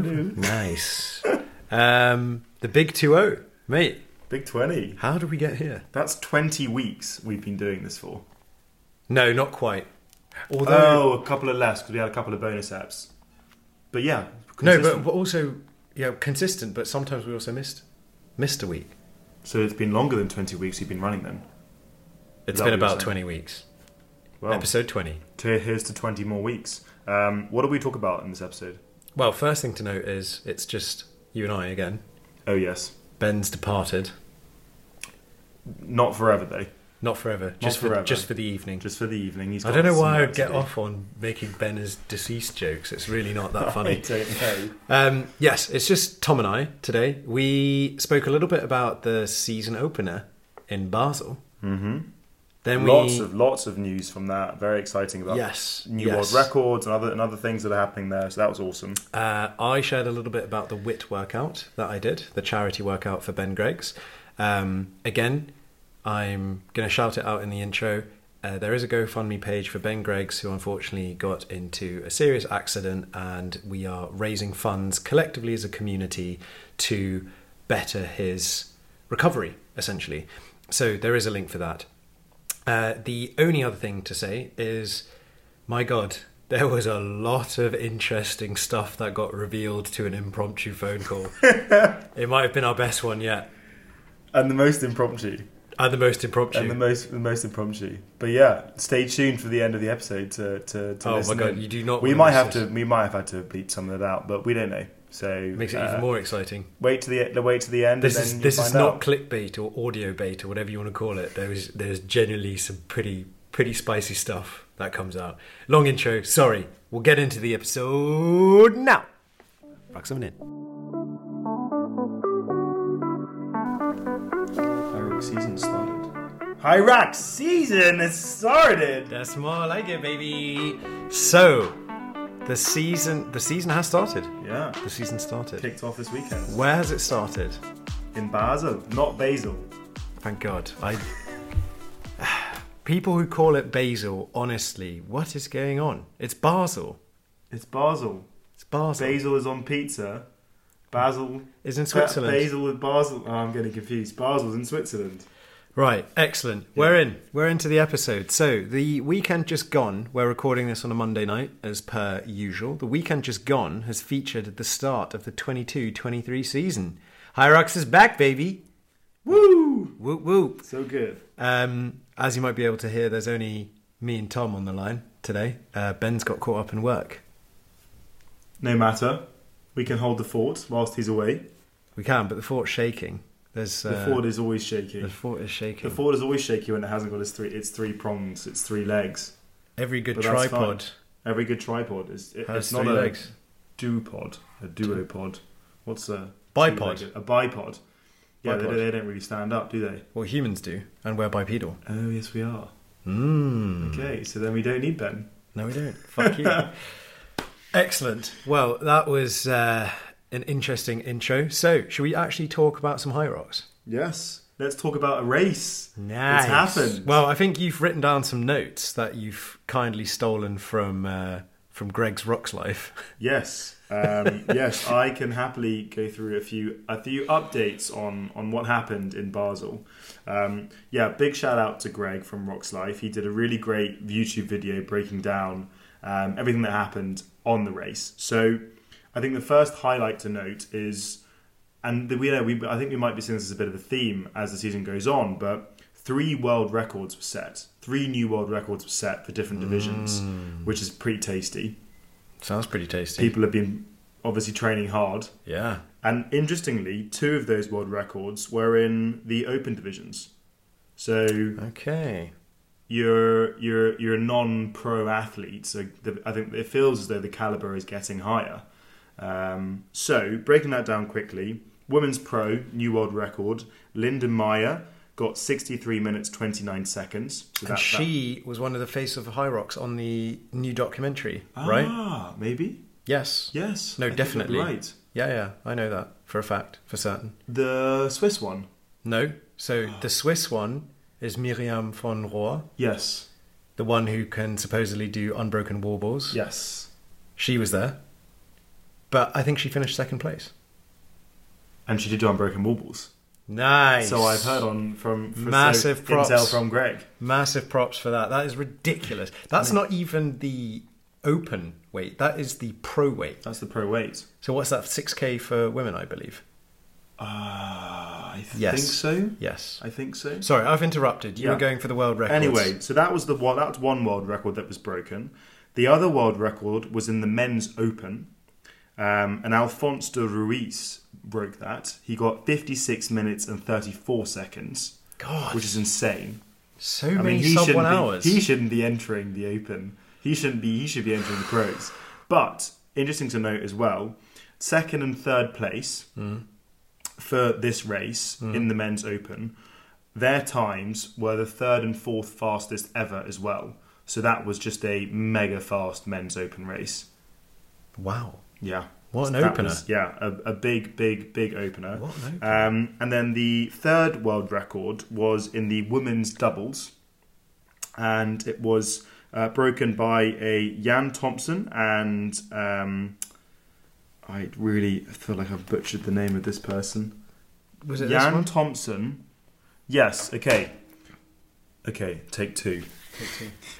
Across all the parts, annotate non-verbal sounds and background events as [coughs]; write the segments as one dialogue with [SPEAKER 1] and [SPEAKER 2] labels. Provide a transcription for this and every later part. [SPEAKER 1] Nice. Um, the big 2 0. Mate,
[SPEAKER 2] Big 20.
[SPEAKER 1] how did we get here?
[SPEAKER 2] That's 20 weeks we've been doing this for.
[SPEAKER 1] No, not quite. Although.
[SPEAKER 2] Oh, a couple of less because we had a couple of bonus apps. But yeah.
[SPEAKER 1] no, but,
[SPEAKER 2] consistent.
[SPEAKER 1] but also, yeah, consistent, but sometimes we also missed missed a week.
[SPEAKER 2] So it's been longer than 20 weeks you've been running then.
[SPEAKER 1] It's
[SPEAKER 2] that
[SPEAKER 1] been
[SPEAKER 2] what you're
[SPEAKER 1] about 20
[SPEAKER 2] saying?
[SPEAKER 1] weeks.
[SPEAKER 2] Well,
[SPEAKER 1] Episode 20.
[SPEAKER 2] to- here's to 20 more weeks. Um, what do we talk about in this episode?
[SPEAKER 1] Well, first thing to note is it's just you and I again.
[SPEAKER 2] Oh, yes.
[SPEAKER 1] Ben's departed.
[SPEAKER 2] Not forever, though.
[SPEAKER 1] Not forever. Just
[SPEAKER 2] forever.
[SPEAKER 1] for just for the evening.
[SPEAKER 2] Just for the evening. He's
[SPEAKER 1] I
[SPEAKER 2] got
[SPEAKER 1] don't know
[SPEAKER 2] some
[SPEAKER 1] why I
[SPEAKER 2] work
[SPEAKER 1] would
[SPEAKER 2] to
[SPEAKER 1] get
[SPEAKER 2] do.
[SPEAKER 1] off on making Ben as deceased jokes. It's really not that
[SPEAKER 2] I
[SPEAKER 1] funny.
[SPEAKER 2] don't know.
[SPEAKER 1] Um, yes, it's just Tom and I today. We spoke a little bit about the season opener in Basel. Mm-hmm. Then we
[SPEAKER 2] lots of lots of news from that. Very exciting about
[SPEAKER 1] Yes,
[SPEAKER 2] new
[SPEAKER 1] yes.
[SPEAKER 2] world records and other and other things that are happening there. So that was awesome.
[SPEAKER 1] Uh, I shared a little bit about the WIT workout that I did, the charity workout for Ben Greggs. Um, again, I'm going to shout it out in the intro. Uh, there is a GoFundMe page for Ben Greggs, who unfortunately got into a serious accident, and we are raising funds collectively as a community to better his recovery, essentially. So there is a link for that. Uh, the only other thing to say is, my God, there was a lot of interesting stuff that got revealed to an impromptu phone
[SPEAKER 2] [laughs]
[SPEAKER 1] call. it might have been our best one yet,
[SPEAKER 2] And the most impromptu.
[SPEAKER 1] and the most impromptu.
[SPEAKER 2] And the most the most impromptu. But yeah, stay tuned for the end of the episode to to, to
[SPEAKER 1] Oh my
[SPEAKER 2] listen
[SPEAKER 1] God,
[SPEAKER 2] in.
[SPEAKER 1] you do not
[SPEAKER 2] We
[SPEAKER 1] wanna
[SPEAKER 2] might
[SPEAKER 1] miss
[SPEAKER 2] have
[SPEAKER 1] this.
[SPEAKER 2] to we might have had to bleep some of that out, but we don't know. So
[SPEAKER 1] Makes it
[SPEAKER 2] uh,
[SPEAKER 1] even more exciting.
[SPEAKER 2] Wait to the wait to the end.
[SPEAKER 1] This
[SPEAKER 2] and
[SPEAKER 1] is
[SPEAKER 2] then
[SPEAKER 1] this
[SPEAKER 2] you
[SPEAKER 1] is
[SPEAKER 2] find
[SPEAKER 1] not
[SPEAKER 2] out.
[SPEAKER 1] clickbait or audio bait or whatever you want to call it. There's there's generally some pretty pretty spicy stuff that comes out. Long intro. Sorry, we'll get into the episode now. Rock someone in.
[SPEAKER 2] Hyrax season started. Hyrax season has started.
[SPEAKER 1] That's more like it, baby. So, the season the season has started.
[SPEAKER 2] Yeah,
[SPEAKER 1] The season started.
[SPEAKER 2] kicked off this weekend
[SPEAKER 1] Where has it started?
[SPEAKER 2] in Basel, not Basel.
[SPEAKER 1] Thank God. I people who call it Basil, honestly, what is going on? It's Basel.
[SPEAKER 2] It's Basel.
[SPEAKER 1] It's Basel.
[SPEAKER 2] Basil is on pizza. Basil
[SPEAKER 1] Is in Switzerland.
[SPEAKER 2] Basil with Basel. Oh, I'm getting confused. Basel's in Switzerland.
[SPEAKER 1] Right, excellent. We're in. We're into the episode. So, the weekend just gone, we're recording this on a Monday night as per usual. The weekend just gone has featured the start of the 22 23 season. Hyrux is back, baby.
[SPEAKER 2] Woo!
[SPEAKER 1] Whoop whoop.
[SPEAKER 2] So good.
[SPEAKER 1] Um, as you might be able to hear, there's only me and Tom on the line today. Uh, Ben's got caught up in work.
[SPEAKER 2] No matter. We can hold the fort whilst he's away.
[SPEAKER 1] We can, but the fort's shaking. There's
[SPEAKER 2] The
[SPEAKER 1] uh,
[SPEAKER 2] fort is always
[SPEAKER 1] the
[SPEAKER 2] shaky.
[SPEAKER 1] fort is shaking.
[SPEAKER 2] The fort is always shaky when it hasn't got its three its three prongs, its three legs.
[SPEAKER 1] Every good
[SPEAKER 2] But that's
[SPEAKER 1] tripod
[SPEAKER 2] Every good tripod is it,
[SPEAKER 1] has
[SPEAKER 2] it's not
[SPEAKER 1] three
[SPEAKER 2] a
[SPEAKER 1] legs.
[SPEAKER 2] duopod, a duopod. What's a
[SPEAKER 1] Bipod.
[SPEAKER 2] two-legged- A bipod. Yeah, They,
[SPEAKER 1] Bipod.
[SPEAKER 2] they don't really stand up, do they?
[SPEAKER 1] Well, humans do, and we're bipedal.
[SPEAKER 2] Oh yes, we are.
[SPEAKER 1] Mm.
[SPEAKER 2] Okay, so then we don't need Ben.
[SPEAKER 1] No, we don't. Fuck
[SPEAKER 2] [laughs]
[SPEAKER 1] you. Excellent. Well, that was uh, an interesting intro. So, should we actually talk about some high rocks?
[SPEAKER 2] Yes. Let's talk about a race.
[SPEAKER 1] Nice.
[SPEAKER 2] happened.
[SPEAKER 1] Well, I think you've written down some notes that you've kindly stolen from uh, from Greg's Rocks Life.
[SPEAKER 2] Yes. Um, yes, I can happily go through a few a few updates on on what happened in Basel. Um, yeah, big shout out to Greg from Rocks Life. He did a really great YouTube video breaking down um, everything that happened on the race. So, I think the first highlight to note is, and the, we know we I think we might be seeing this as a bit of a theme as the season goes on, but three world records were set. Three new world records were set for different divisions, which is pretty tasty
[SPEAKER 1] [laughs] Sounds pretty tasty.
[SPEAKER 2] people have been obviously training hard.
[SPEAKER 1] Yeah.
[SPEAKER 2] And interestingly, two of those world records were in the open divisions. So
[SPEAKER 1] Okay.
[SPEAKER 2] you're you're you're a non-pro athlete. So the, I think it feels as though the caliber is getting higher. Um, so breaking that down quickly, women's pro new world record. Linda Meyer got 63 minutes 29 seconds. So
[SPEAKER 1] And she was one of the face of High Rocks on the new documentary,
[SPEAKER 2] that-
[SPEAKER 1] right?
[SPEAKER 2] Ah, maybe
[SPEAKER 1] Yes.
[SPEAKER 2] yes.
[SPEAKER 1] No,
[SPEAKER 2] I think you're
[SPEAKER 1] definitely.
[SPEAKER 2] right.
[SPEAKER 1] Yeah, yeah. I know that for a fact, for certain.
[SPEAKER 2] The Swiss one.
[SPEAKER 1] No. So the Swiss one is Miriam von Rohr.
[SPEAKER 2] Yes.
[SPEAKER 1] the one who can supposedly do unbroken war balls.
[SPEAKER 2] Yes.
[SPEAKER 1] She was there, but I think she finished second place.
[SPEAKER 2] And she did do Unbroken Warbles.
[SPEAKER 1] Nice.
[SPEAKER 2] So I've heard on from, from
[SPEAKER 1] Massive
[SPEAKER 2] so
[SPEAKER 1] props.
[SPEAKER 2] intel from Greg.
[SPEAKER 1] Massive props for that. That is ridiculous. That's not even the open weight. That is the pro weight.
[SPEAKER 2] That's the pro weight.
[SPEAKER 1] So what's that? Six k for women, I believe.
[SPEAKER 2] Uh, Ah, I th-
[SPEAKER 1] Yes.
[SPEAKER 2] think so.
[SPEAKER 1] Yes.
[SPEAKER 2] I think so.
[SPEAKER 1] Sorry, I've interrupted. You were
[SPEAKER 2] Yeah.
[SPEAKER 1] going for the world record.
[SPEAKER 2] Anyway, so that was the one. That was one world record that was broken. The other world record was in the men's open, um, and Alphonse de Ruiz broke that. He got 56 minutes and 34 seconds,
[SPEAKER 1] God,
[SPEAKER 2] which is insane.
[SPEAKER 1] so
[SPEAKER 2] I
[SPEAKER 1] many
[SPEAKER 2] mean, he
[SPEAKER 1] sub
[SPEAKER 2] shouldn't
[SPEAKER 1] one
[SPEAKER 2] be,
[SPEAKER 1] hours.
[SPEAKER 2] He shouldn't be entering the open. He shouldn't be. He should be entering the pros. But interesting to note as well, second and third place
[SPEAKER 1] Hmm.
[SPEAKER 2] for this race in the men's open, their times were the third and fourth fastest ever as well. So that was just a mega fast men's open race.
[SPEAKER 1] Wow.
[SPEAKER 2] Yeah.
[SPEAKER 1] What an
[SPEAKER 2] That
[SPEAKER 1] opener.
[SPEAKER 2] was- yeah, a, a big, big, big opener.
[SPEAKER 1] What an opener.
[SPEAKER 2] Um, and then the third world record was in the women's doubles, and it was uh, broken by a Jan Thompson and um, I really feel like I've butchered the name of this person.
[SPEAKER 1] Was it
[SPEAKER 2] Jan
[SPEAKER 1] this one?
[SPEAKER 2] Thompson. Yes. Okay. Okay. Take two.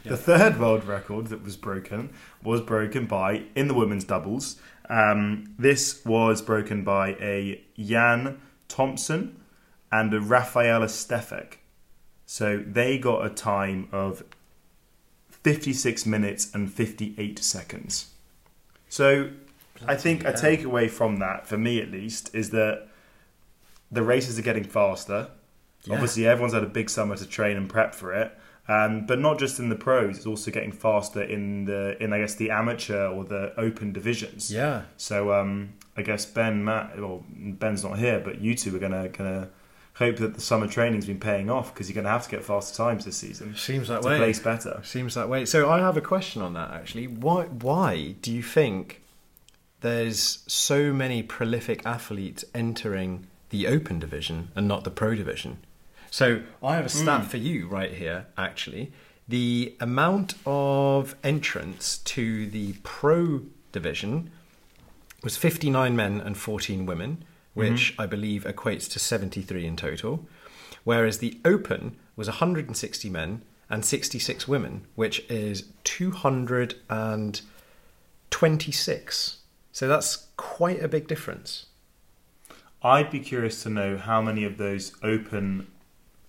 [SPEAKER 1] Yeah.
[SPEAKER 2] The third world record that was broken was broken by, in the women's doubles, um, this was broken by a Jan Thompson and a Rafaela Stefek. So they got a time of 56 minutes and 58 seconds. So I think a takeaway from that, for me at least, is that the races are getting faster.
[SPEAKER 1] Yeah.
[SPEAKER 2] Obviously, everyone's had a big summer to train and prep for it. Um, but not just in the pros; it's also getting faster in the in I guess the amateur or the open divisions.
[SPEAKER 1] Yeah.
[SPEAKER 2] So um, I guess Ben, Matt, well Ben's not here, but you two are gonna gonna hope that the summer training's been paying off because you're gonna have to get faster times this season
[SPEAKER 1] Seems that
[SPEAKER 2] to
[SPEAKER 1] way.
[SPEAKER 2] place better.
[SPEAKER 1] Seems that way. So I have a question on that actually. Why why do you think there's so many prolific athletes entering the open division and not the pro division? So I have a stat for you right here actually. The amount of entrants to the pro division was 59 men and 14 women, which
[SPEAKER 2] Mm-hmm.
[SPEAKER 1] I believe equates to 73 in total. Whereas the Open was 160 men and 66 women, which is 226. So that's quite a big difference.
[SPEAKER 2] I'd be curious to know how many of those open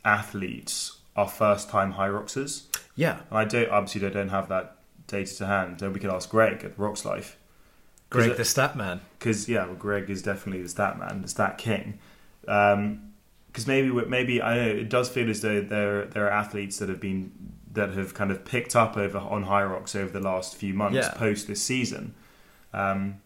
[SPEAKER 2] athletes are first time high roxers.
[SPEAKER 1] Yeah.
[SPEAKER 2] And I don't obviously I don't have that data to hand. Then we could ask Greg at Rocks Life.
[SPEAKER 1] Greg
[SPEAKER 2] it-
[SPEAKER 1] the stat man.
[SPEAKER 2] because yeah, well, Greg is definitely the stat man, the stat king. Because maybe we- maybe I know it does feel as though there there are athletes that have been that have kind of picked up over on High Rocks over the last few months
[SPEAKER 1] Yeah.
[SPEAKER 2] post this season. Um,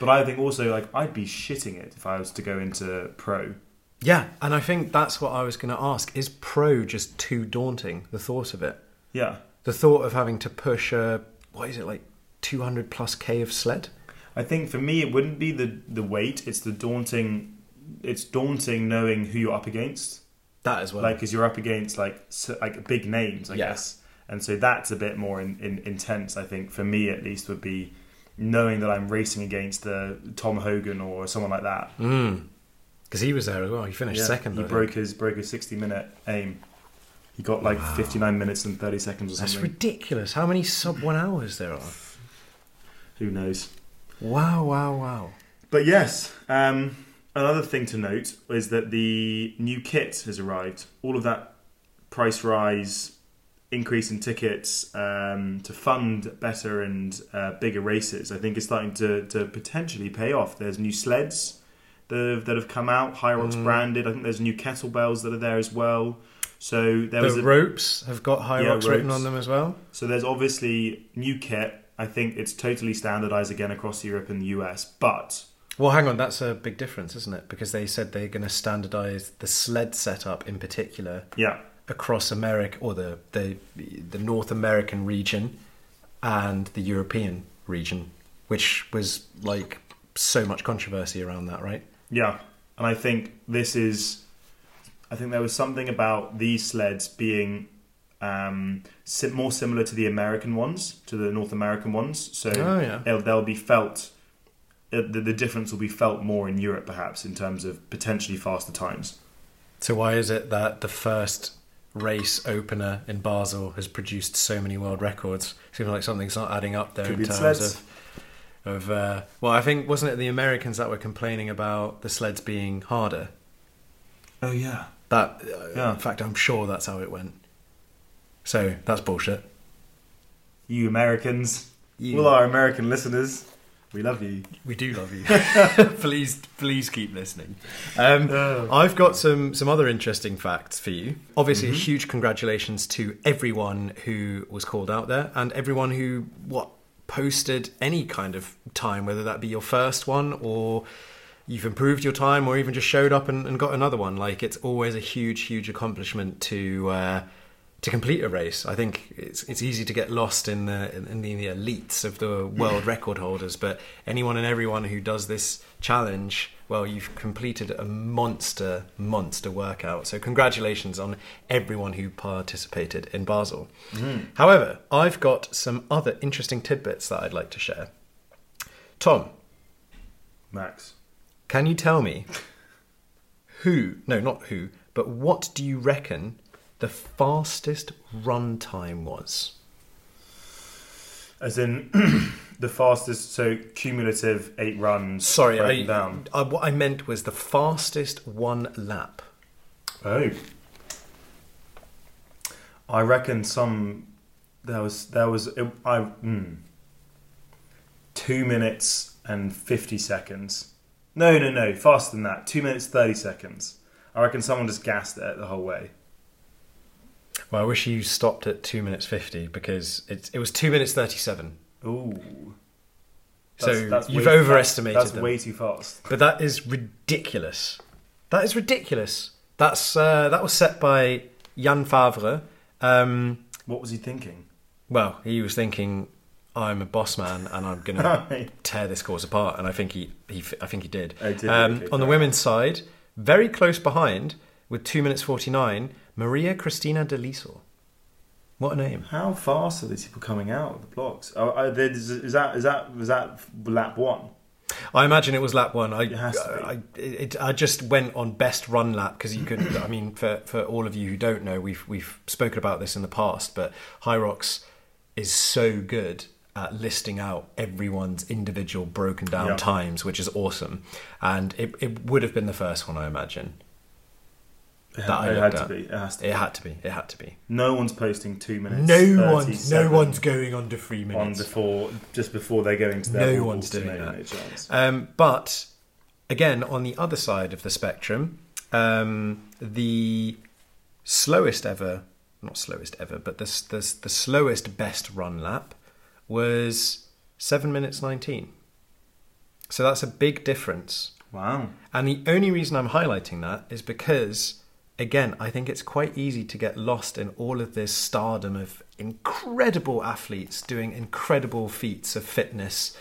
[SPEAKER 2] but I think also like I'd be shitting it if I was to go into pro.
[SPEAKER 1] Yeah, and I think that's what I was going to ask. Is pro just too daunting, the thought of it?
[SPEAKER 2] Yeah,
[SPEAKER 1] The thought of having to push a, what is it, like 200 plus K of sled?
[SPEAKER 2] I think for me it wouldn't be the the weight. It's the daunting. It's daunting knowing who you're up against.
[SPEAKER 1] That as well.
[SPEAKER 2] like because you're up against like so, like big names, I
[SPEAKER 1] Yeah.
[SPEAKER 2] guess, and so that's a bit more in, in, intense. I think for me at least would be knowing that I'm racing against uh, Tom Hogan or someone like that.
[SPEAKER 1] Because he was there as well. He finished
[SPEAKER 2] Mm. Yeah,
[SPEAKER 1] second.
[SPEAKER 2] he
[SPEAKER 1] I think.
[SPEAKER 2] broke his broke his 60 minute aim. He got like 59 minutes and 30 seconds or
[SPEAKER 1] That's
[SPEAKER 2] something.
[SPEAKER 1] ridiculous. How many sub one hours there are?
[SPEAKER 2] Who knows?
[SPEAKER 1] Wow, wow, wow.
[SPEAKER 2] But yes, um, another thing to note is that the new kit has arrived. All of that price rise, increase in tickets um, to fund better and uh, bigger races, I think is starting to, to potentially pay off. There's new sleds that have, that have come out, Hyrox branded. I think there's new kettlebells that are there as well. So there was
[SPEAKER 1] the
[SPEAKER 2] a,
[SPEAKER 1] ropes have got high
[SPEAKER 2] Yeah,
[SPEAKER 1] rocks written
[SPEAKER 2] ropes.
[SPEAKER 1] on them as well.
[SPEAKER 2] so there's obviously new kit. I think it's totally standardized again across Europe and the US, but
[SPEAKER 1] Well, hang on, that's a big difference, isn't it? Because they said they're going to standardize the sled setup in particular
[SPEAKER 2] yeah,
[SPEAKER 1] across America or the, the the North American region and the European region, which was like so much controversy around that, right?
[SPEAKER 2] Yeah, and I think this is. I think there was something about these sleds being um, si- more similar to the American ones, to the North American ones. So
[SPEAKER 1] Oh, yeah.
[SPEAKER 2] it'll, they'll be felt. it- The, the difference will be felt more in Europe, perhaps, in terms of potentially faster times.
[SPEAKER 1] So why is it that the first race opener in Basel has produced so many world records? Seems like something's not adding up there
[SPEAKER 2] Could
[SPEAKER 1] in
[SPEAKER 2] be the
[SPEAKER 1] terms
[SPEAKER 2] sleds.
[SPEAKER 1] of of uh, well, I think wasn't it the Americans that were complaining about the sleds being harder?
[SPEAKER 2] Oh yeah,
[SPEAKER 1] That uh,
[SPEAKER 2] Yeah.
[SPEAKER 1] in fact, I'm sure that's how it went. So that's bullshit.
[SPEAKER 2] you Americans,
[SPEAKER 1] You-
[SPEAKER 2] all our American listeners, we love you.
[SPEAKER 1] We do love you. [laughs] please, please keep listening. Um,
[SPEAKER 2] Oh.
[SPEAKER 1] I've got some some other interesting facts for you. Obviously, a huge congratulations to everyone who was called out there and everyone who what posted any kind of time, whether that be your first one or you've improved your time or even just showed up and, and got another one. Like it's always a huge, huge accomplishment to. Uh, to complete a race, I think it's it's easy to get lost in the in the, in the elites of the world record holders. But anyone and everyone who does this challenge, well, you've completed a monster monster workout. So congratulations on everyone who participated in Basel. However, I've got some other interesting tidbits that I'd like to share. Tom,
[SPEAKER 2] Max,
[SPEAKER 1] can you tell me who? No, not who, but what do you reckon the fastest run time was?
[SPEAKER 2] as in [clears throat] the fastest, so cumulative eight runs.
[SPEAKER 1] Sorry, I,
[SPEAKER 2] broken down.
[SPEAKER 1] I- Uh, what I meant was the fastest one lap.
[SPEAKER 2] Oh. I reckon some. There was there was it, I mm, two minutes and fifty seconds. No, no, no, faster than that. Two minutes thirty seconds. I reckon someone just gassed it the whole way.
[SPEAKER 1] Well, I wish you stopped at two minutes fifty because it, it was two minutes thirty-seven.
[SPEAKER 2] Ooh.
[SPEAKER 1] so you've overestimated
[SPEAKER 2] That's, that's
[SPEAKER 1] them.
[SPEAKER 2] way too fast.
[SPEAKER 1] But that is ridiculous. That is ridiculous. That's uh, that was set by Jan Favre. Um,
[SPEAKER 2] What was he thinking?
[SPEAKER 1] well, he was thinking, "I'm a boss man, and I'm going
[SPEAKER 2] [laughs]
[SPEAKER 1] to tear this course apart," and I think he, he I think he did.
[SPEAKER 2] Oh, did he?
[SPEAKER 1] um,
[SPEAKER 2] Okay,
[SPEAKER 1] on the
[SPEAKER 2] fair.
[SPEAKER 1] women's side, very close behind with two minutes forty-nine, Maria Cristina de Lisle. What a name!
[SPEAKER 2] How fast are these people coming out of the blocks? Are, are they, is, is that is that was that lap one?
[SPEAKER 1] I imagine it was lap one. I,
[SPEAKER 2] It has to be.
[SPEAKER 1] I, it, I just went on best run lap because you could. [coughs] I mean, for, for all of you who don't know, we've we've spoken about this in the past, but Hyrox is so good at listing out everyone's individual broken down
[SPEAKER 2] Yeah.
[SPEAKER 1] times, which is awesome. And it, it would have been the first one, I imagine.
[SPEAKER 2] It
[SPEAKER 1] That I
[SPEAKER 2] had, it had
[SPEAKER 1] looked
[SPEAKER 2] to
[SPEAKER 1] at.
[SPEAKER 2] be. It has to. Be.
[SPEAKER 1] It had to be. It had to be.
[SPEAKER 2] No one's posting two minutes.
[SPEAKER 1] no one's no
[SPEAKER 2] 37
[SPEAKER 1] one's going under three
[SPEAKER 2] on
[SPEAKER 1] minutes.
[SPEAKER 2] before just before they're going to
[SPEAKER 1] No
[SPEAKER 2] their no
[SPEAKER 1] one's
[SPEAKER 2] to
[SPEAKER 1] doing
[SPEAKER 2] make
[SPEAKER 1] that.
[SPEAKER 2] No chance.
[SPEAKER 1] Um, but again, on the other side of the spectrum, um, the slowest ever, not slowest ever, but the, the, the slowest best run lap was 7 minutes 19. So that's a big difference.
[SPEAKER 2] Wow.
[SPEAKER 1] And the only reason I'm highlighting that is because, again, I think it's quite easy to get lost in all of this stardom of incredible athletes doing incredible feats of fitness.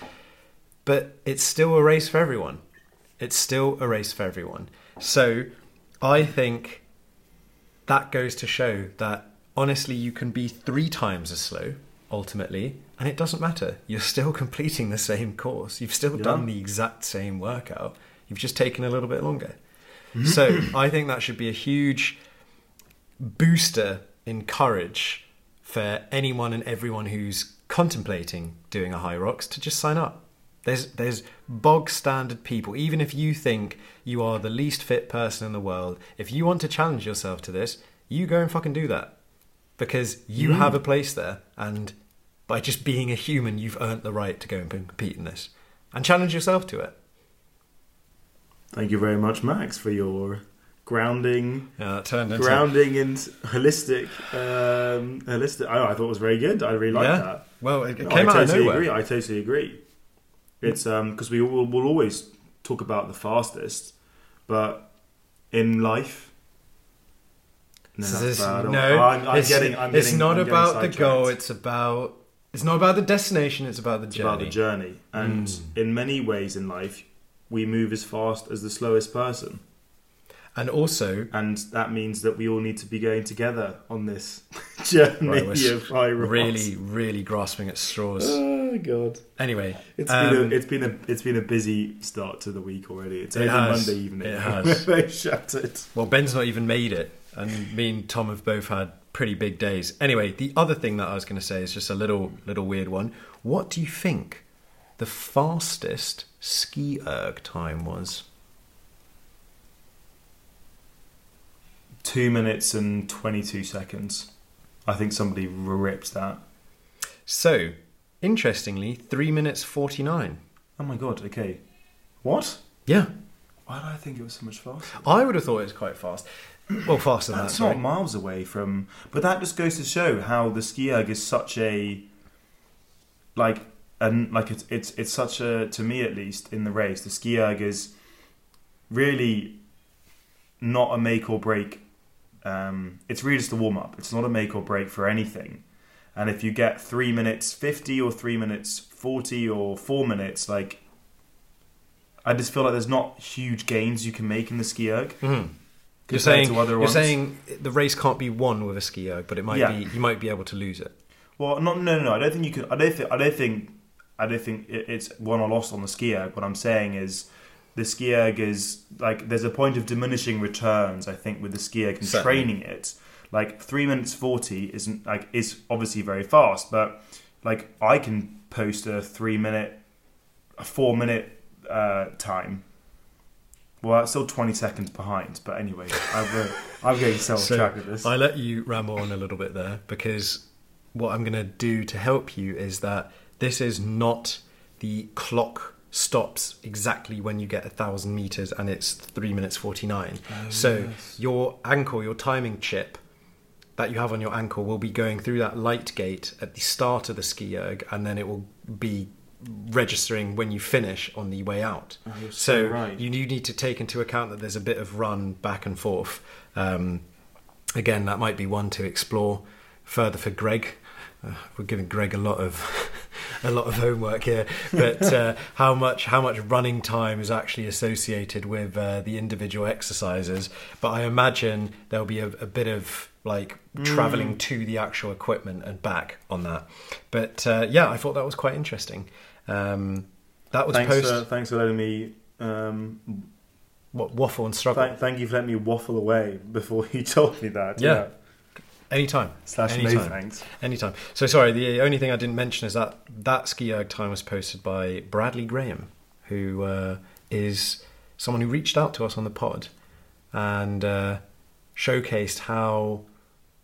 [SPEAKER 1] But it's still a race for everyone. It's still a race for everyone. So I think that goes to show that honestly, you can be three times as slow ultimately, and it doesn't matter. You're still [laughs] completing the same course. You've still
[SPEAKER 2] Yeah.
[SPEAKER 1] done the exact same workout. You've just taken a little bit longer. so I think that should be a huge booster in courage for anyone and everyone who's contemplating doing a high rocks to just sign up. There's there's bog standard people. Even if you think you are the least fit person in the world, if you want to challenge yourself to this, you go and fucking do that. Because you have a place there and by just being a human you've earned the right to go and compete in this. And challenge yourself to it.
[SPEAKER 2] Thank you very much, Max, for your grounding,
[SPEAKER 1] Yeah, that turned into
[SPEAKER 2] grounding and holistic, um, holistic. I, I thought it was very good. I really liked
[SPEAKER 1] yeah.
[SPEAKER 2] that.
[SPEAKER 1] Well, it, it
[SPEAKER 2] No,
[SPEAKER 1] came
[SPEAKER 2] I
[SPEAKER 1] out
[SPEAKER 2] totally
[SPEAKER 1] of nowhere.
[SPEAKER 2] agree. I totally agree. It's um because we will we'll always talk about the fastest, but in life. No,
[SPEAKER 1] So
[SPEAKER 2] that's
[SPEAKER 1] this-
[SPEAKER 2] bad. Oh,
[SPEAKER 1] no,
[SPEAKER 2] I'm, I'm
[SPEAKER 1] it's,
[SPEAKER 2] getting. I'm
[SPEAKER 1] it's
[SPEAKER 2] getting-
[SPEAKER 1] not
[SPEAKER 2] I'm getting
[SPEAKER 1] about the goal.
[SPEAKER 2] sidetracked.
[SPEAKER 1] It's about it's not about the destination. It's about the
[SPEAKER 2] It's
[SPEAKER 1] journey.
[SPEAKER 2] about the journey, Mm. and in many ways in life, we move as fast as the slowest person.
[SPEAKER 1] And also,
[SPEAKER 2] and that means that we all need to be going together on this [laughs] journey
[SPEAKER 1] Right, we're
[SPEAKER 2] of high rocks.
[SPEAKER 1] really, really grasping at straws.
[SPEAKER 2] Oh god,
[SPEAKER 1] Anyway,
[SPEAKER 2] it's
[SPEAKER 1] um,
[SPEAKER 2] been a, it's been a it's been a busy start to the week already. It's
[SPEAKER 1] It
[SPEAKER 2] only
[SPEAKER 1] has.
[SPEAKER 2] Monday evening. [laughs]
[SPEAKER 1] It has.
[SPEAKER 2] We're shattered.
[SPEAKER 1] Well, Ben's not even made it, and me and Tom have both had pretty big days. Anyway, the other thing that I was going to say is just a little, little weird one. What do you think the fastest ski erg time was?
[SPEAKER 2] Two minutes and twenty two seconds. I think somebody ripped that.
[SPEAKER 1] So, interestingly, three minutes forty-nine.
[SPEAKER 2] Oh my god. Okay, what?
[SPEAKER 1] Yeah,
[SPEAKER 2] Why did I think it was so much faster?
[SPEAKER 1] I would have thought it was quite fast. Well, faster than
[SPEAKER 2] That's
[SPEAKER 1] that.
[SPEAKER 2] not
[SPEAKER 1] sorry.
[SPEAKER 2] miles away from, but that just goes to show how the ski erg is such a, like, and like it's it's it's such a to me at least in the race the ski erg is really not a make or break. Um, it's really just a warm up. It's not a make or break for anything. And if you get three minutes fifty or three minutes forty or four minutes, like, I just feel like there's not huge gains you can make in the ski erg.
[SPEAKER 1] Mhm. You're
[SPEAKER 2] compared
[SPEAKER 1] saying
[SPEAKER 2] to other
[SPEAKER 1] you're
[SPEAKER 2] ones.
[SPEAKER 1] saying the race can't be won with a ski erg, but it might
[SPEAKER 2] Yeah.
[SPEAKER 1] be you might be able to lose it.
[SPEAKER 2] Well, no, no, no. I don't think you can. I don't think. I don't think. I don't think it, it's won or lost on the ski erg. What I'm saying is, the ski erg is like there's a point of diminishing returns. I think with the ski erg and
[SPEAKER 1] Certainly.
[SPEAKER 2] training it, like three minutes forty isn't like is obviously very fast, but like I can post a three minute, a four minute uh, time. Well, that's still twenty seconds behind. But anyway, I've, uh, I'm
[SPEAKER 1] [laughs]
[SPEAKER 2] getting so off
[SPEAKER 1] So,
[SPEAKER 2] track of this.
[SPEAKER 1] I let you ramble on a little bit there because what I'm going to do to help you is that this is not the clock stops exactly when you get a thousand meters and it's three minutes 49.
[SPEAKER 2] Oh,
[SPEAKER 1] so your ankle, your timing chip that you have on your ankle will be going through that light gate at the start of the ski erg and then it will be registering when you finish on the way out.
[SPEAKER 2] Oh, you're
[SPEAKER 1] so
[SPEAKER 2] so right.
[SPEAKER 1] you you need to take into account that there's a bit of run back and forth. Um, again, that might be one to explore further for Greg. Uh, we're giving Greg a lot of [laughs] a lot of homework here,
[SPEAKER 2] [laughs]
[SPEAKER 1] but uh, how much how much running time is actually associated with uh, the individual exercises? But I imagine there'll be a, a bit of like
[SPEAKER 2] Hmm.
[SPEAKER 1] traveling to the actual equipment and back on that. But uh, yeah, I thought that was quite interesting. Um, that was
[SPEAKER 2] thanks, uh,
[SPEAKER 1] post
[SPEAKER 2] for, thanks for letting me um,
[SPEAKER 1] what waffle and struggle.
[SPEAKER 2] Thank, thank you for letting me waffle away before you [laughs] told me that.
[SPEAKER 1] Yeah. Anytime.
[SPEAKER 2] Slash no
[SPEAKER 1] Anytime.
[SPEAKER 2] thanks.
[SPEAKER 1] Anytime. So sorry, the only thing I didn't mention is that that ski erg time was posted by Bradley Graham, who uh, is someone who reached out to us on the pod and uh, showcased how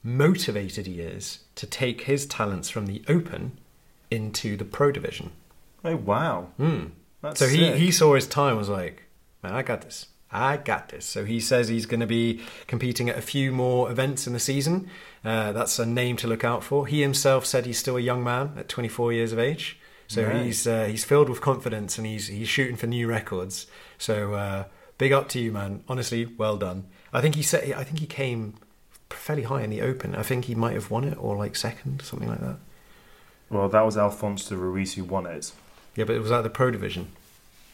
[SPEAKER 1] motivated he is to take his talents from the open into the pro division.
[SPEAKER 2] Oh wow.
[SPEAKER 1] Hmm.
[SPEAKER 2] That's
[SPEAKER 1] so he,
[SPEAKER 2] sick.
[SPEAKER 1] he saw his time and was like, man, I got this. I got this. So he says he's going to be competing at a few more events in the season. Uh, that's a name to look out for. He himself said he's still a young man at 24 years of age. So
[SPEAKER 2] Right.
[SPEAKER 1] he's uh, he's filled with confidence and he's he's shooting for new records. So uh, big up to you, man. Honestly, well done. I think he said I think he came fairly high in the open. I think he might have won it or like second, something like that.
[SPEAKER 2] Well, that was Alphonse de Ruiz who won it.
[SPEAKER 1] Yeah, but it was at the pro division.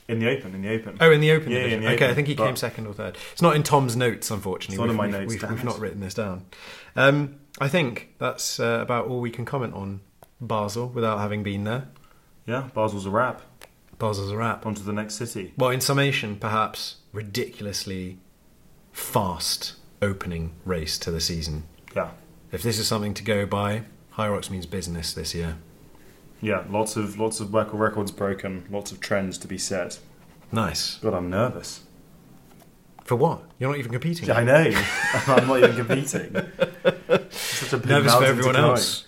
[SPEAKER 2] In the open, in the open.
[SPEAKER 1] Oh, in the open
[SPEAKER 2] Yeah,
[SPEAKER 1] division.
[SPEAKER 2] in the
[SPEAKER 1] okay,
[SPEAKER 2] open,
[SPEAKER 1] I think he
[SPEAKER 2] but-
[SPEAKER 1] came second or third. It's not in Tom's notes, unfortunately.
[SPEAKER 2] It's not in
[SPEAKER 1] We've-
[SPEAKER 2] my
[SPEAKER 1] we've-
[SPEAKER 2] notes,
[SPEAKER 1] We've,
[SPEAKER 2] damn
[SPEAKER 1] we've
[SPEAKER 2] it.
[SPEAKER 1] not written this down. Um, I think that's uh, about all we can comment on Basel without having been there.
[SPEAKER 2] Yeah, Basel's a wrap.
[SPEAKER 1] Basel's a wrap.
[SPEAKER 2] On to the next city.
[SPEAKER 1] Well, in summation, perhaps ridiculously fast opening race to the season.
[SPEAKER 2] Yeah.
[SPEAKER 1] If this is something to go by, High Rocks means business this year.
[SPEAKER 2] Yeah, lots of lots of record records broken, lots of trends to be set.
[SPEAKER 1] Nice.
[SPEAKER 2] God, I'm nervous.
[SPEAKER 1] For what? You're not even competing.
[SPEAKER 2] I know. [laughs] I'm not
[SPEAKER 1] [laughs]
[SPEAKER 2] even competing. Such a big
[SPEAKER 1] nervous for
[SPEAKER 2] mountain to
[SPEAKER 1] everyone
[SPEAKER 2] climb.
[SPEAKER 1] else.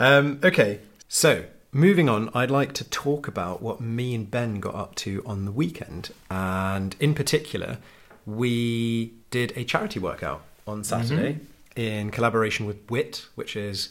[SPEAKER 1] Um, okay, so moving on, I'd like to talk about what me and Ben got up to on the weekend, and in particular, we did a charity workout on Saturday in collaboration with Wit, which is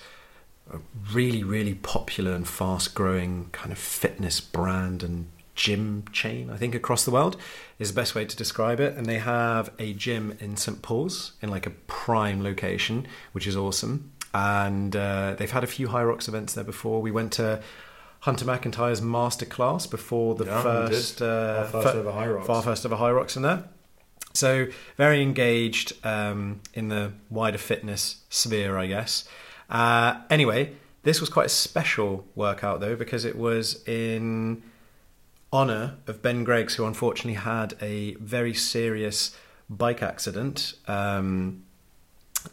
[SPEAKER 1] a really, really popular and fast-growing kind of fitness brand and gym chain, I think, across the world is the best way to describe it. And they have a gym in St. Paul's in like a prime location, which is awesome. And uh, they've had a few High Rocks events there before. We went to Hunter McIntyre's masterclass before the
[SPEAKER 2] Yeah, we did.
[SPEAKER 1] first, uh,
[SPEAKER 2] Our first ever High Rocks.
[SPEAKER 1] our first ever High Rocks in there. So very engaged um, in the wider fitness sphere, I guess. Uh, anyway, this was quite a special workout though because it was in honor of Ben Greggs, who unfortunately had a very serious bike accident um,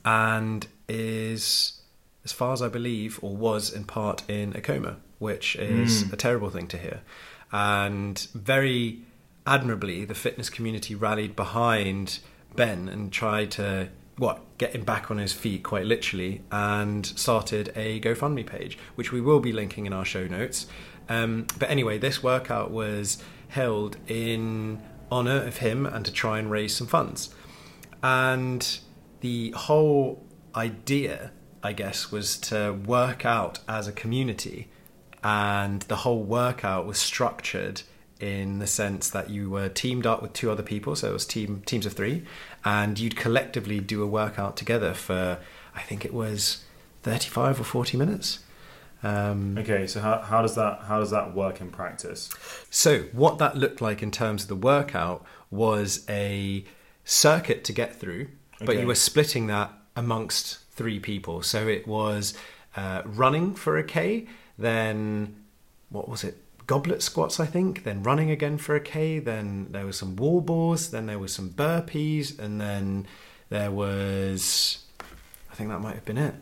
[SPEAKER 1] and is, as far as I believe, or was in part in a coma, which is a terrible thing to hear. And very admirably, the fitness community rallied behind Ben and tried to what get him back on his feet quite literally and started a gofundme page which we will be linking in our show notes um, but anyway this workout was held in honor of him and to try and raise some funds and the whole idea i guess was to work out as a community and the whole workout was structured in the sense that you were teamed up with two other people so it was team teams of 3 and you'd collectively do a workout together for i think it was 35 or 40 minutes um,
[SPEAKER 2] Okay, so how, how does that how does that work in practice?
[SPEAKER 1] So, what that looked like in terms of the workout was a circuit to get through, but
[SPEAKER 2] Okay.
[SPEAKER 1] you were splitting that amongst three people. So, it was uh, running for a K, then what was it? Goblet squats, I think, then running again for a K, then there was some wall balls, then there was some burpees, and then there was, I think that might have been it.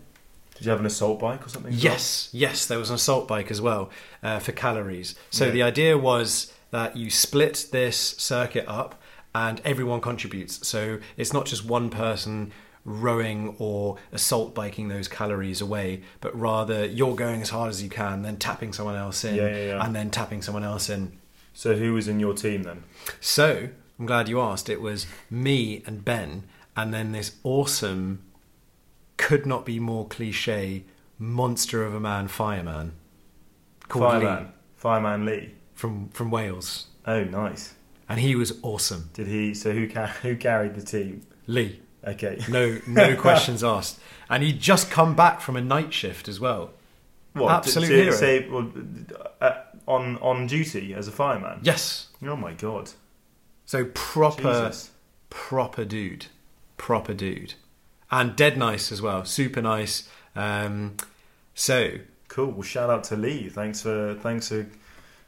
[SPEAKER 2] Did you have an assault bike or something? as well?
[SPEAKER 1] Yes, yes, there was an assault bike as well uh, for calories. So
[SPEAKER 2] Yeah.
[SPEAKER 1] the idea was that you split this circuit up and everyone contributes. So it's not just one person rowing or assault biking those calories away, but rather you're going as hard as you can, then tapping someone else in,
[SPEAKER 2] Yeah, yeah, yeah.
[SPEAKER 1] and then tapping someone else in.
[SPEAKER 2] So who was in your team then?
[SPEAKER 1] So I'm glad you asked. It was me and Ben, and then this awesome, could not be more cliche monster of a man, fireman, called Lee
[SPEAKER 2] Fireman. Fireman Lee.
[SPEAKER 1] from from Wales,
[SPEAKER 2] Oh, nice.
[SPEAKER 1] and he was awesome.
[SPEAKER 2] Did he? So who ca- who carried the team?
[SPEAKER 1] Lee, [laughs]
[SPEAKER 2] Okay.
[SPEAKER 1] no
[SPEAKER 2] [laughs]
[SPEAKER 1] no questions asked, and he'd just come back from a night shift as well. Absolute
[SPEAKER 2] did- did
[SPEAKER 1] hero.
[SPEAKER 2] it Say, well, uh, on on duty as a fireman.
[SPEAKER 1] Yes,
[SPEAKER 2] Oh my god.
[SPEAKER 1] so proper
[SPEAKER 2] Jesus.
[SPEAKER 1] proper dude, proper dude, and dead nice as well, super nice. Um, so
[SPEAKER 2] Cool. Well, shout out to Lee. Thanks for thanks for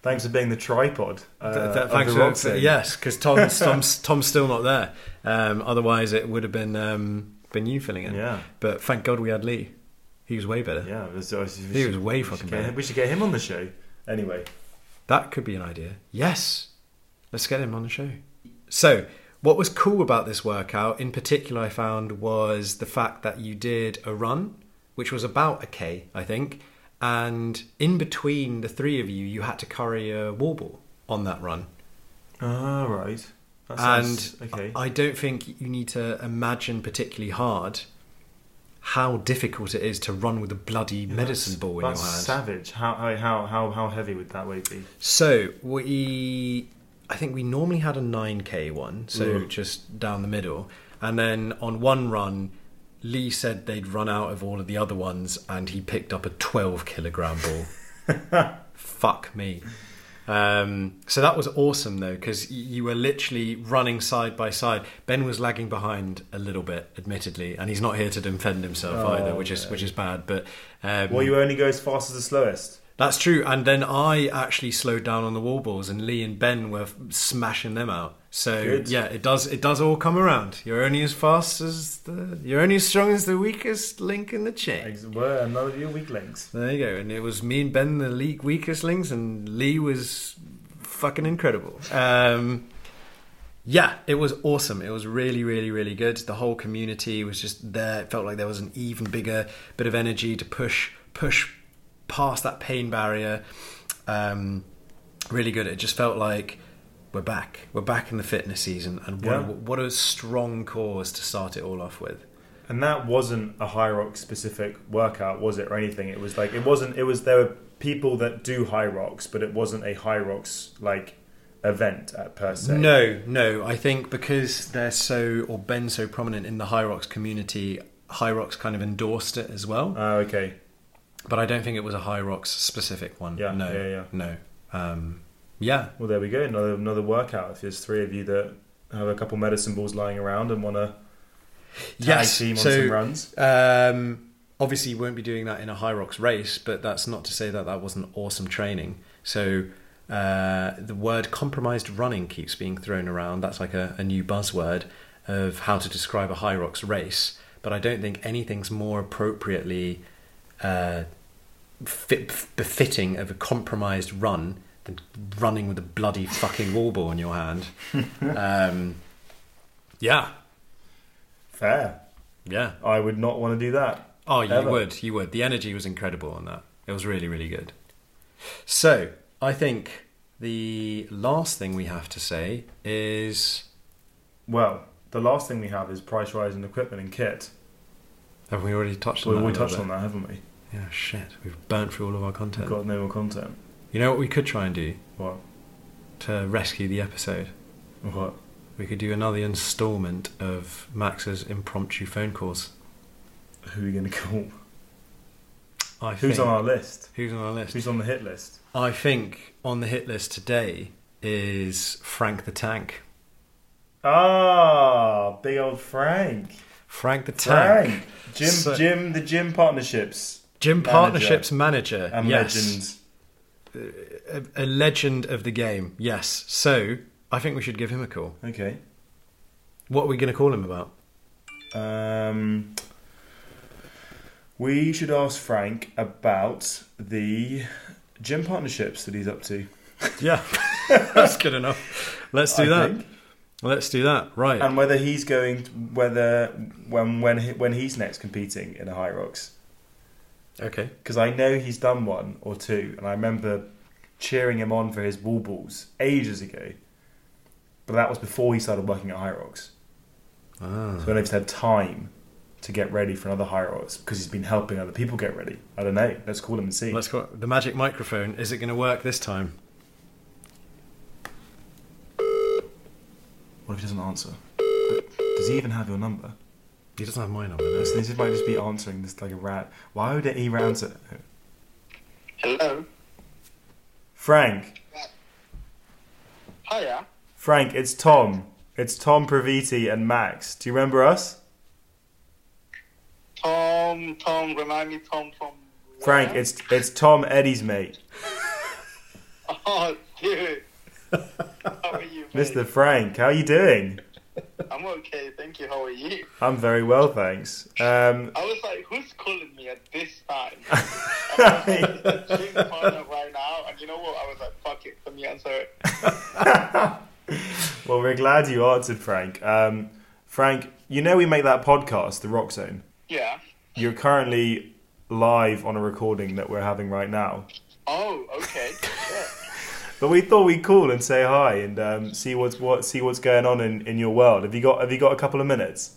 [SPEAKER 2] thanks for being the tripod. Uh,
[SPEAKER 1] Th- th-
[SPEAKER 2] of
[SPEAKER 1] thanks
[SPEAKER 2] the
[SPEAKER 1] for-
[SPEAKER 2] rock
[SPEAKER 1] for-
[SPEAKER 2] scene.
[SPEAKER 1] yes, because
[SPEAKER 2] [laughs]
[SPEAKER 1] Tom's, Tom's Tom's still not there. Um, otherwise, it would have been um, been you filling in.
[SPEAKER 2] Yeah.
[SPEAKER 1] But thank God we had Lee. He was way better.
[SPEAKER 2] Yeah. It was, it was-
[SPEAKER 1] He was way
[SPEAKER 2] we should
[SPEAKER 1] fucking
[SPEAKER 2] get-
[SPEAKER 1] better.
[SPEAKER 2] We should get him on the show. Anyway.
[SPEAKER 1] That could be an idea. Yes, let's get him on the show. So, what was cool about this workout, in particular, I found was the fact that you did a run, which was about a k, I think, and in between the three of you, you had to carry a wall ball on that run.
[SPEAKER 2] All right. That
[SPEAKER 1] Ah, and
[SPEAKER 2] sounds, okay.
[SPEAKER 1] I I don't think you need to imagine particularly hard how difficult it is to run with a bloody medicine ball in your hand.
[SPEAKER 2] That's savage. How how how how how heavy would that weight be?
[SPEAKER 1] So we, I think we normally had a nine k one, so
[SPEAKER 2] Ooh.
[SPEAKER 1] just down the middle, and then on one run, Lee said they'd run out of all of the other ones, and he picked up a twelve kilogram ball.
[SPEAKER 2] [laughs]
[SPEAKER 1] Fuck me. Um, so that was awesome though, because you were literally running side by side. Ben was lagging behind a little bit, admittedly, and he's not here to defend himself
[SPEAKER 2] Oh,
[SPEAKER 1] either, which is
[SPEAKER 2] no.
[SPEAKER 1] which is bad. But um,
[SPEAKER 2] Well, you only go as fast as the slowest.
[SPEAKER 1] that's true. And then I actually slowed down on the wall balls, and Lee and Ben were f- smashing them out. So
[SPEAKER 2] Good.
[SPEAKER 1] yeah, it does. It does all come around. You're only as fast as the. You're only as strong as the weakest link in the chain.
[SPEAKER 2] Ex- Were none of your weak links.
[SPEAKER 1] There you go. And it was me and Ben, the league weakest links, and Lee was fucking incredible. Um, yeah, it was awesome. It was really, really, really good. The whole community was just there. It felt like there was an even bigger bit of energy to push push past that pain barrier. Um, really good. It just felt like we're back. We're back in the fitness season, and what,
[SPEAKER 2] Yeah.
[SPEAKER 1] what a strong cause to start it all off with.
[SPEAKER 2] And that wasn't a high rock specific workout, was it, or anything? It was like it wasn't. It was there were people that do high rocks, but it wasn't a high rocks like event at per se.
[SPEAKER 1] No, no. I think because they're so or Ben's so prominent in the High Rocks community, High Rocks kind of endorsed it as well.
[SPEAKER 2] Oh, okay.
[SPEAKER 1] But I don't think it was a High Rocks specific one.
[SPEAKER 2] Yeah,
[SPEAKER 1] no,
[SPEAKER 2] yeah, yeah.
[SPEAKER 1] no. Um, yeah,
[SPEAKER 2] Well, there we go. Another another workout. If there's three of you that have a couple medicine balls lying around and want to tag
[SPEAKER 1] Yes,
[SPEAKER 2] team on
[SPEAKER 1] so-
[SPEAKER 2] some runs.
[SPEAKER 1] Um, obviously, you won't be doing that in a high rocks race, but that's not to say that that wasn't awesome training. So uh, the word compromised running keeps being thrown around. That's like a, a new buzzword of how to describe a high rocks race. But I don't think anything's more appropriately uh, fit, befitting of a compromised run than running with a bloody fucking wall ball in your [laughs] hand. Um, yeah,
[SPEAKER 2] Fair.
[SPEAKER 1] yeah.
[SPEAKER 2] I would not want to do that.
[SPEAKER 1] Oh, you
[SPEAKER 2] Ever.
[SPEAKER 1] would, you would. The energy was incredible on that. It was really, really good. So I think the last thing we have to say is
[SPEAKER 2] Well, the last thing we have is price rise in equipment and kit.
[SPEAKER 1] have we already touched on
[SPEAKER 2] We,
[SPEAKER 1] that?
[SPEAKER 2] we
[SPEAKER 1] a little
[SPEAKER 2] touched
[SPEAKER 1] bit?
[SPEAKER 2] on that, haven't we?
[SPEAKER 1] Yeah, shit. We've burnt through all of our
[SPEAKER 2] We've
[SPEAKER 1] content.
[SPEAKER 2] got no more content.
[SPEAKER 1] You know what we could try and do
[SPEAKER 2] What?
[SPEAKER 1] to rescue the episode?
[SPEAKER 2] What?
[SPEAKER 1] We could do another instalment of Max's impromptu phone calls.
[SPEAKER 2] Who are we going to [laughs] call?
[SPEAKER 1] I
[SPEAKER 2] Who's
[SPEAKER 1] think,
[SPEAKER 2] on our list?
[SPEAKER 1] Who's on our list?
[SPEAKER 2] Who's on the hit list?
[SPEAKER 1] I think on the hit list today is Frank the Tank.
[SPEAKER 2] Ah, big old Frank.
[SPEAKER 1] Frank the Tank.
[SPEAKER 2] Frank. Jim,
[SPEAKER 1] So-
[SPEAKER 2] Jim, the Jim partnerships
[SPEAKER 1] Gym
[SPEAKER 2] Manager.
[SPEAKER 1] partnerships manager.
[SPEAKER 2] and
[SPEAKER 1] yes.
[SPEAKER 2] legends.
[SPEAKER 1] A, a legend of the game. Yes. So I think we should give him a call.
[SPEAKER 2] Okay.
[SPEAKER 1] What are we going to call him about?
[SPEAKER 2] Um, we should ask Frank about the gym partnerships that he's up to.
[SPEAKER 1] Yeah. [laughs] That's good enough. Let's do
[SPEAKER 2] I
[SPEAKER 1] that.
[SPEAKER 2] think. Um,
[SPEAKER 1] Let's do that. Right.
[SPEAKER 2] and whether he's going, whether when when he- when he's next competing in a high rocks,
[SPEAKER 1] okay.
[SPEAKER 2] because I know he's done one or two, and I remember cheering him on for his wall balls ages ago. But that was before he started working at high rocks. So I
[SPEAKER 1] Ah.
[SPEAKER 2] don't know if he's had time to get ready for another high rocks because he's been helping other people get ready. I don't know. Let's call him and see.
[SPEAKER 1] Let's call the magic microphone. Is it going to work this time?
[SPEAKER 2] What if he doesn't answer? Does he even have your number?
[SPEAKER 1] He doesn't have my number. does
[SPEAKER 2] This,
[SPEAKER 1] he?
[SPEAKER 2] this might just be answering this like a rat. Why would he answer?
[SPEAKER 3] Hello.
[SPEAKER 2] Frank,
[SPEAKER 3] Hiya.
[SPEAKER 2] Frank, it's Tom. It's Tom Praviti and Max. Do you remember us?
[SPEAKER 3] Tom, Tom, remind me, Tom from. where?
[SPEAKER 2] Frank, it's it's Tom Eddie's mate,
[SPEAKER 3] [laughs] Oh, dude. How
[SPEAKER 2] [laughs]
[SPEAKER 3] are you, mate?
[SPEAKER 2] Mr. Frank. How are you doing?
[SPEAKER 3] I'm okay, thank you. How are you?
[SPEAKER 2] I'm very well, thanks. Um, [laughs]
[SPEAKER 3] I was like, who's calling me at this time? I'm like, "Jim Connor right now, and you know what? I was like, fuck it, let me answer it.
[SPEAKER 2] well, we're glad you answered, Frank. Um, Frank, you know we make that podcast, The Rock Zone.
[SPEAKER 3] Yeah.
[SPEAKER 2] You're currently live on a recording that we're having right now.
[SPEAKER 3] Oh, okay. Yeah.
[SPEAKER 2] But we thought we'd call and say hi and um, see what's what see what's going on in, in your world. Have you got have you got a couple of minutes?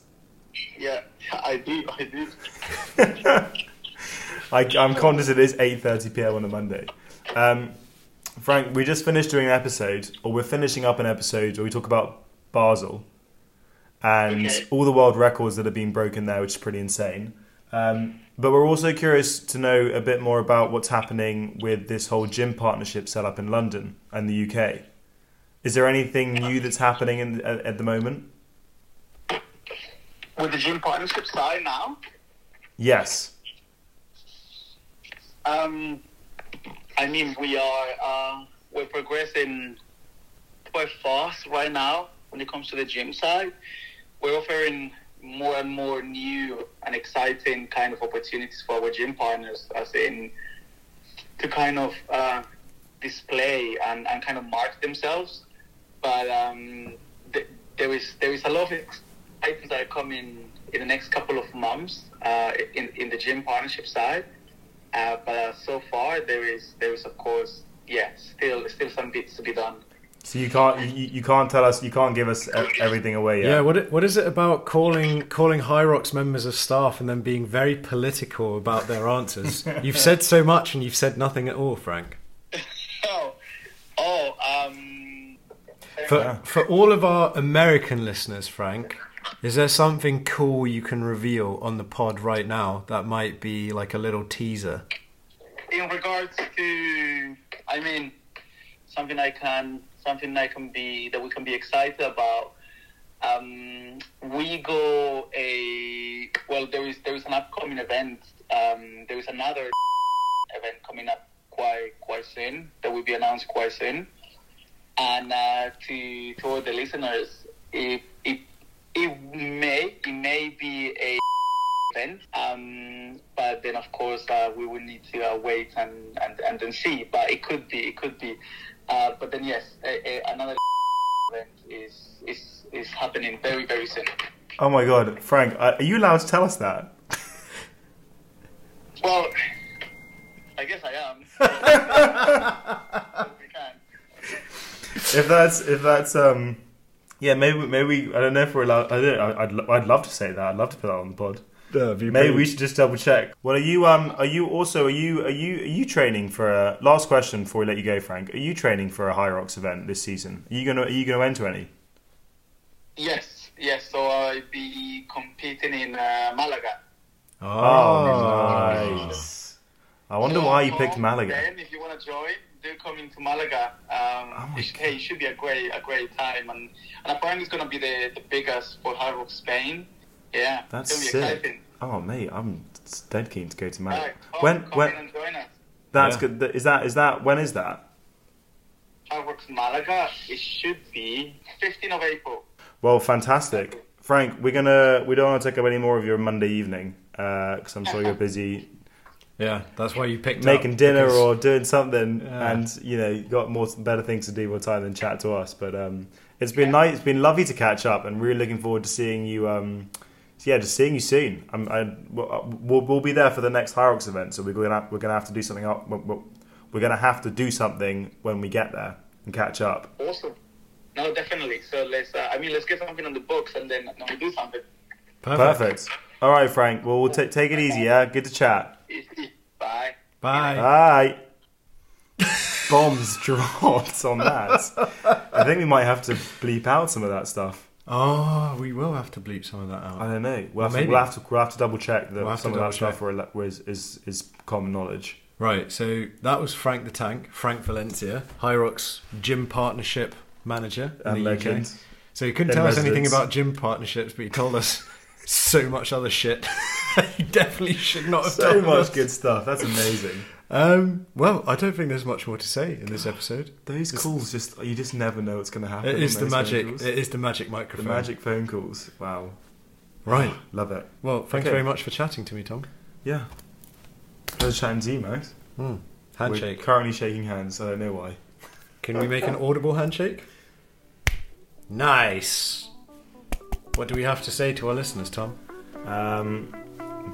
[SPEAKER 3] yeah, I do, I do.
[SPEAKER 2] [laughs] I, I'm conscious it is 8:30 p.m. on a Monday. Um, Frank, we just finished doing an episode, or we're finishing up an episode where we talk about Basel and
[SPEAKER 3] Okay.
[SPEAKER 2] all the world records that have been broken there, which is pretty insane. Um, but we're also curious to know a bit more about what's happening with this whole gym partnership set up in London and the UK. Is there anything new that's happening in, at, at the moment?
[SPEAKER 3] With the gym partnership starting now,
[SPEAKER 2] Yes.
[SPEAKER 3] Um, I mean, we are uh, we're progressing quite fast right now when it comes to the gym side. We're offering more and more new and exciting kind of opportunities for our gym partners, as in to kind of uh, display and, and kind of market themselves. But um, th- there is there is a lot of items that are coming in the next couple of months uh, in in the gym partnership side. Uh, but uh, so far there is there is of course yeah still still some bits to be done.
[SPEAKER 2] So you can't you, you can't tell us you can't give us e- everything away yet.
[SPEAKER 1] Yeah. What i- What is it about calling calling High Rocks members of staff and then being very political about their answers?
[SPEAKER 2] [laughs]
[SPEAKER 1] you've said so much and you've said nothing at all, Frank.
[SPEAKER 3] Oh, oh um.
[SPEAKER 1] For, for all of our American listeners, Frank, is there something cool you can reveal on the pod right now that might be like a little teaser?
[SPEAKER 3] in regards to, I mean, something I can, something I can be that we can be excited about. Um, we go a well. There is there is an upcoming event. Um, there is another event coming up quite quite soon that will be announced quite soon. And uh, to to all the listeners, it it it may it may be a event. Um, but then of course uh, we will need to uh, wait and, and and then see. But it could be it could be. Uh, but then yes, a, a, another event is is is happening very very soon.
[SPEAKER 2] Oh my god, Frank, uh, are you allowed to tell us that?
[SPEAKER 3] Well, I guess I am. we can.
[SPEAKER 2] if that's if that's um, yeah, maybe maybe I don't know if we're allowed. I don't. I- I'd lo- I'd love to say that. I'd love to put that on the pod. Maybe we should just double check. Well, are you um are you also are you are you are you training for a last question before we let you go, Frank? Are you training for a High Rocks event this season? Are you gonna are you gonna enter any?
[SPEAKER 3] Yes, yes. So I'll be competing in uh, Malaga.
[SPEAKER 1] Oh,
[SPEAKER 2] nice. I wonder why you picked Malaga.
[SPEAKER 3] Then, if you want to join, do come into Malaga. Um,
[SPEAKER 2] Oh my
[SPEAKER 3] it, should- hey, it should be a great, a great time, and, and apparently it's going to be the, the biggest for Hard Rock Spain. Yeah,
[SPEAKER 2] That's
[SPEAKER 3] it's gonna be
[SPEAKER 2] sick.
[SPEAKER 3] exciting.
[SPEAKER 2] Oh mate, I'm dead keen to go to
[SPEAKER 3] All right,
[SPEAKER 2] Malaga.
[SPEAKER 3] come,
[SPEAKER 2] When
[SPEAKER 3] come in
[SPEAKER 2] when
[SPEAKER 3] and join us.
[SPEAKER 2] that's
[SPEAKER 1] Yeah.
[SPEAKER 2] good. Is that is that when is that?
[SPEAKER 3] Hard Rock Malaga. It should be 15th of April.
[SPEAKER 2] Well, fantastic, Frank. We're gonna we don't want to take up any more of your Monday evening because I'm sure
[SPEAKER 1] [laughs]
[SPEAKER 2] you're busy
[SPEAKER 1] Yeah, that's why you picked
[SPEAKER 2] making
[SPEAKER 1] up,
[SPEAKER 2] dinner
[SPEAKER 1] because-
[SPEAKER 2] or doing something,
[SPEAKER 1] Yeah.
[SPEAKER 2] and you know you got more better things to do with time than chat to us. But um, it's been nice. It's been lovely to catch up, and really looking forward to seeing you. Um, yeah, just seeing you soon. I'm, I, we'll, uh, we'll- we'll be there for the next Hyrux event, so we're gonna have, we're gonna have to do something up. we're- We're we're gonna have to do something when we get there and catch up.
[SPEAKER 3] Awesome. No, definitely. So let's. Uh, I mean, let's get something on the books, and then and we do something.
[SPEAKER 1] Perfect.
[SPEAKER 2] Perfect. All right, Frank. Well, we'll ta take it easy. Yeah, good to chat.
[SPEAKER 3] Bye.
[SPEAKER 1] Bye.
[SPEAKER 2] Uh, Bye. [laughs] Bombs dropped on that. I think we might have to bleep out some of that stuff.
[SPEAKER 1] oh, we will have to bleep some of that out.
[SPEAKER 2] I don't know. We'll have, to,
[SPEAKER 1] Maybe.
[SPEAKER 2] we'll have to we'll have to double check that
[SPEAKER 1] We'll have
[SPEAKER 2] some
[SPEAKER 1] to
[SPEAKER 2] of that
[SPEAKER 1] double check.
[SPEAKER 2] stuff were, was is is common knowledge.
[SPEAKER 1] Right, so that was Frank the Tank, Frank Valencia, Hyrox Gym Partnership Manager in
[SPEAKER 2] And
[SPEAKER 1] the
[SPEAKER 2] legend.
[SPEAKER 1] UK. So he couldn't
[SPEAKER 2] In
[SPEAKER 1] tell us anything
[SPEAKER 2] residence.
[SPEAKER 1] about gym partnerships, but he told us [laughs] so much other shit. [laughs] he definitely should not have
[SPEAKER 2] So
[SPEAKER 1] told
[SPEAKER 2] much
[SPEAKER 1] us.
[SPEAKER 2] good stuff. That's amazing.
[SPEAKER 1] Um, well, I don't think there's much more to say in this episode.
[SPEAKER 2] Those calls just you just never know what's going to happen.
[SPEAKER 1] It
[SPEAKER 2] on
[SPEAKER 1] is the
[SPEAKER 2] those phone
[SPEAKER 1] magic.
[SPEAKER 2] calls.
[SPEAKER 1] It is the magic
[SPEAKER 2] The
[SPEAKER 1] microphone.
[SPEAKER 2] magic phone calls. Wow,
[SPEAKER 1] Right.
[SPEAKER 2] love it.
[SPEAKER 1] Well, thanks
[SPEAKER 2] Okay.
[SPEAKER 1] very much for chatting to me, Tom.
[SPEAKER 2] Yeah. Pleasure chatting to you, Max. We're
[SPEAKER 1] Handshake.
[SPEAKER 2] currently shaking hands. I don't know why.
[SPEAKER 1] Can we make an audible handshake? Nice. What do we have to say to our listeners, Tom?
[SPEAKER 2] Um,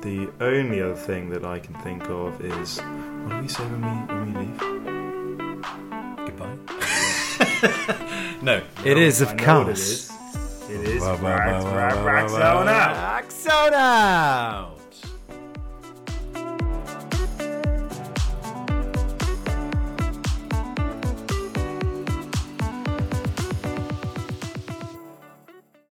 [SPEAKER 2] the only other thing that I can think of is what do we say when we, when we leave?
[SPEAKER 1] Goodbye. [laughs] no,
[SPEAKER 2] Well,
[SPEAKER 1] it is
[SPEAKER 2] I
[SPEAKER 1] of
[SPEAKER 2] know what
[SPEAKER 1] course.
[SPEAKER 2] It is. It is.
[SPEAKER 1] Wow, wow, wow,
[SPEAKER 2] Rax-
[SPEAKER 1] wow,
[SPEAKER 2] Rax-
[SPEAKER 1] wow,
[SPEAKER 2] Rax-
[SPEAKER 1] wow,
[SPEAKER 2] Raxona.
[SPEAKER 1] wow. Axona.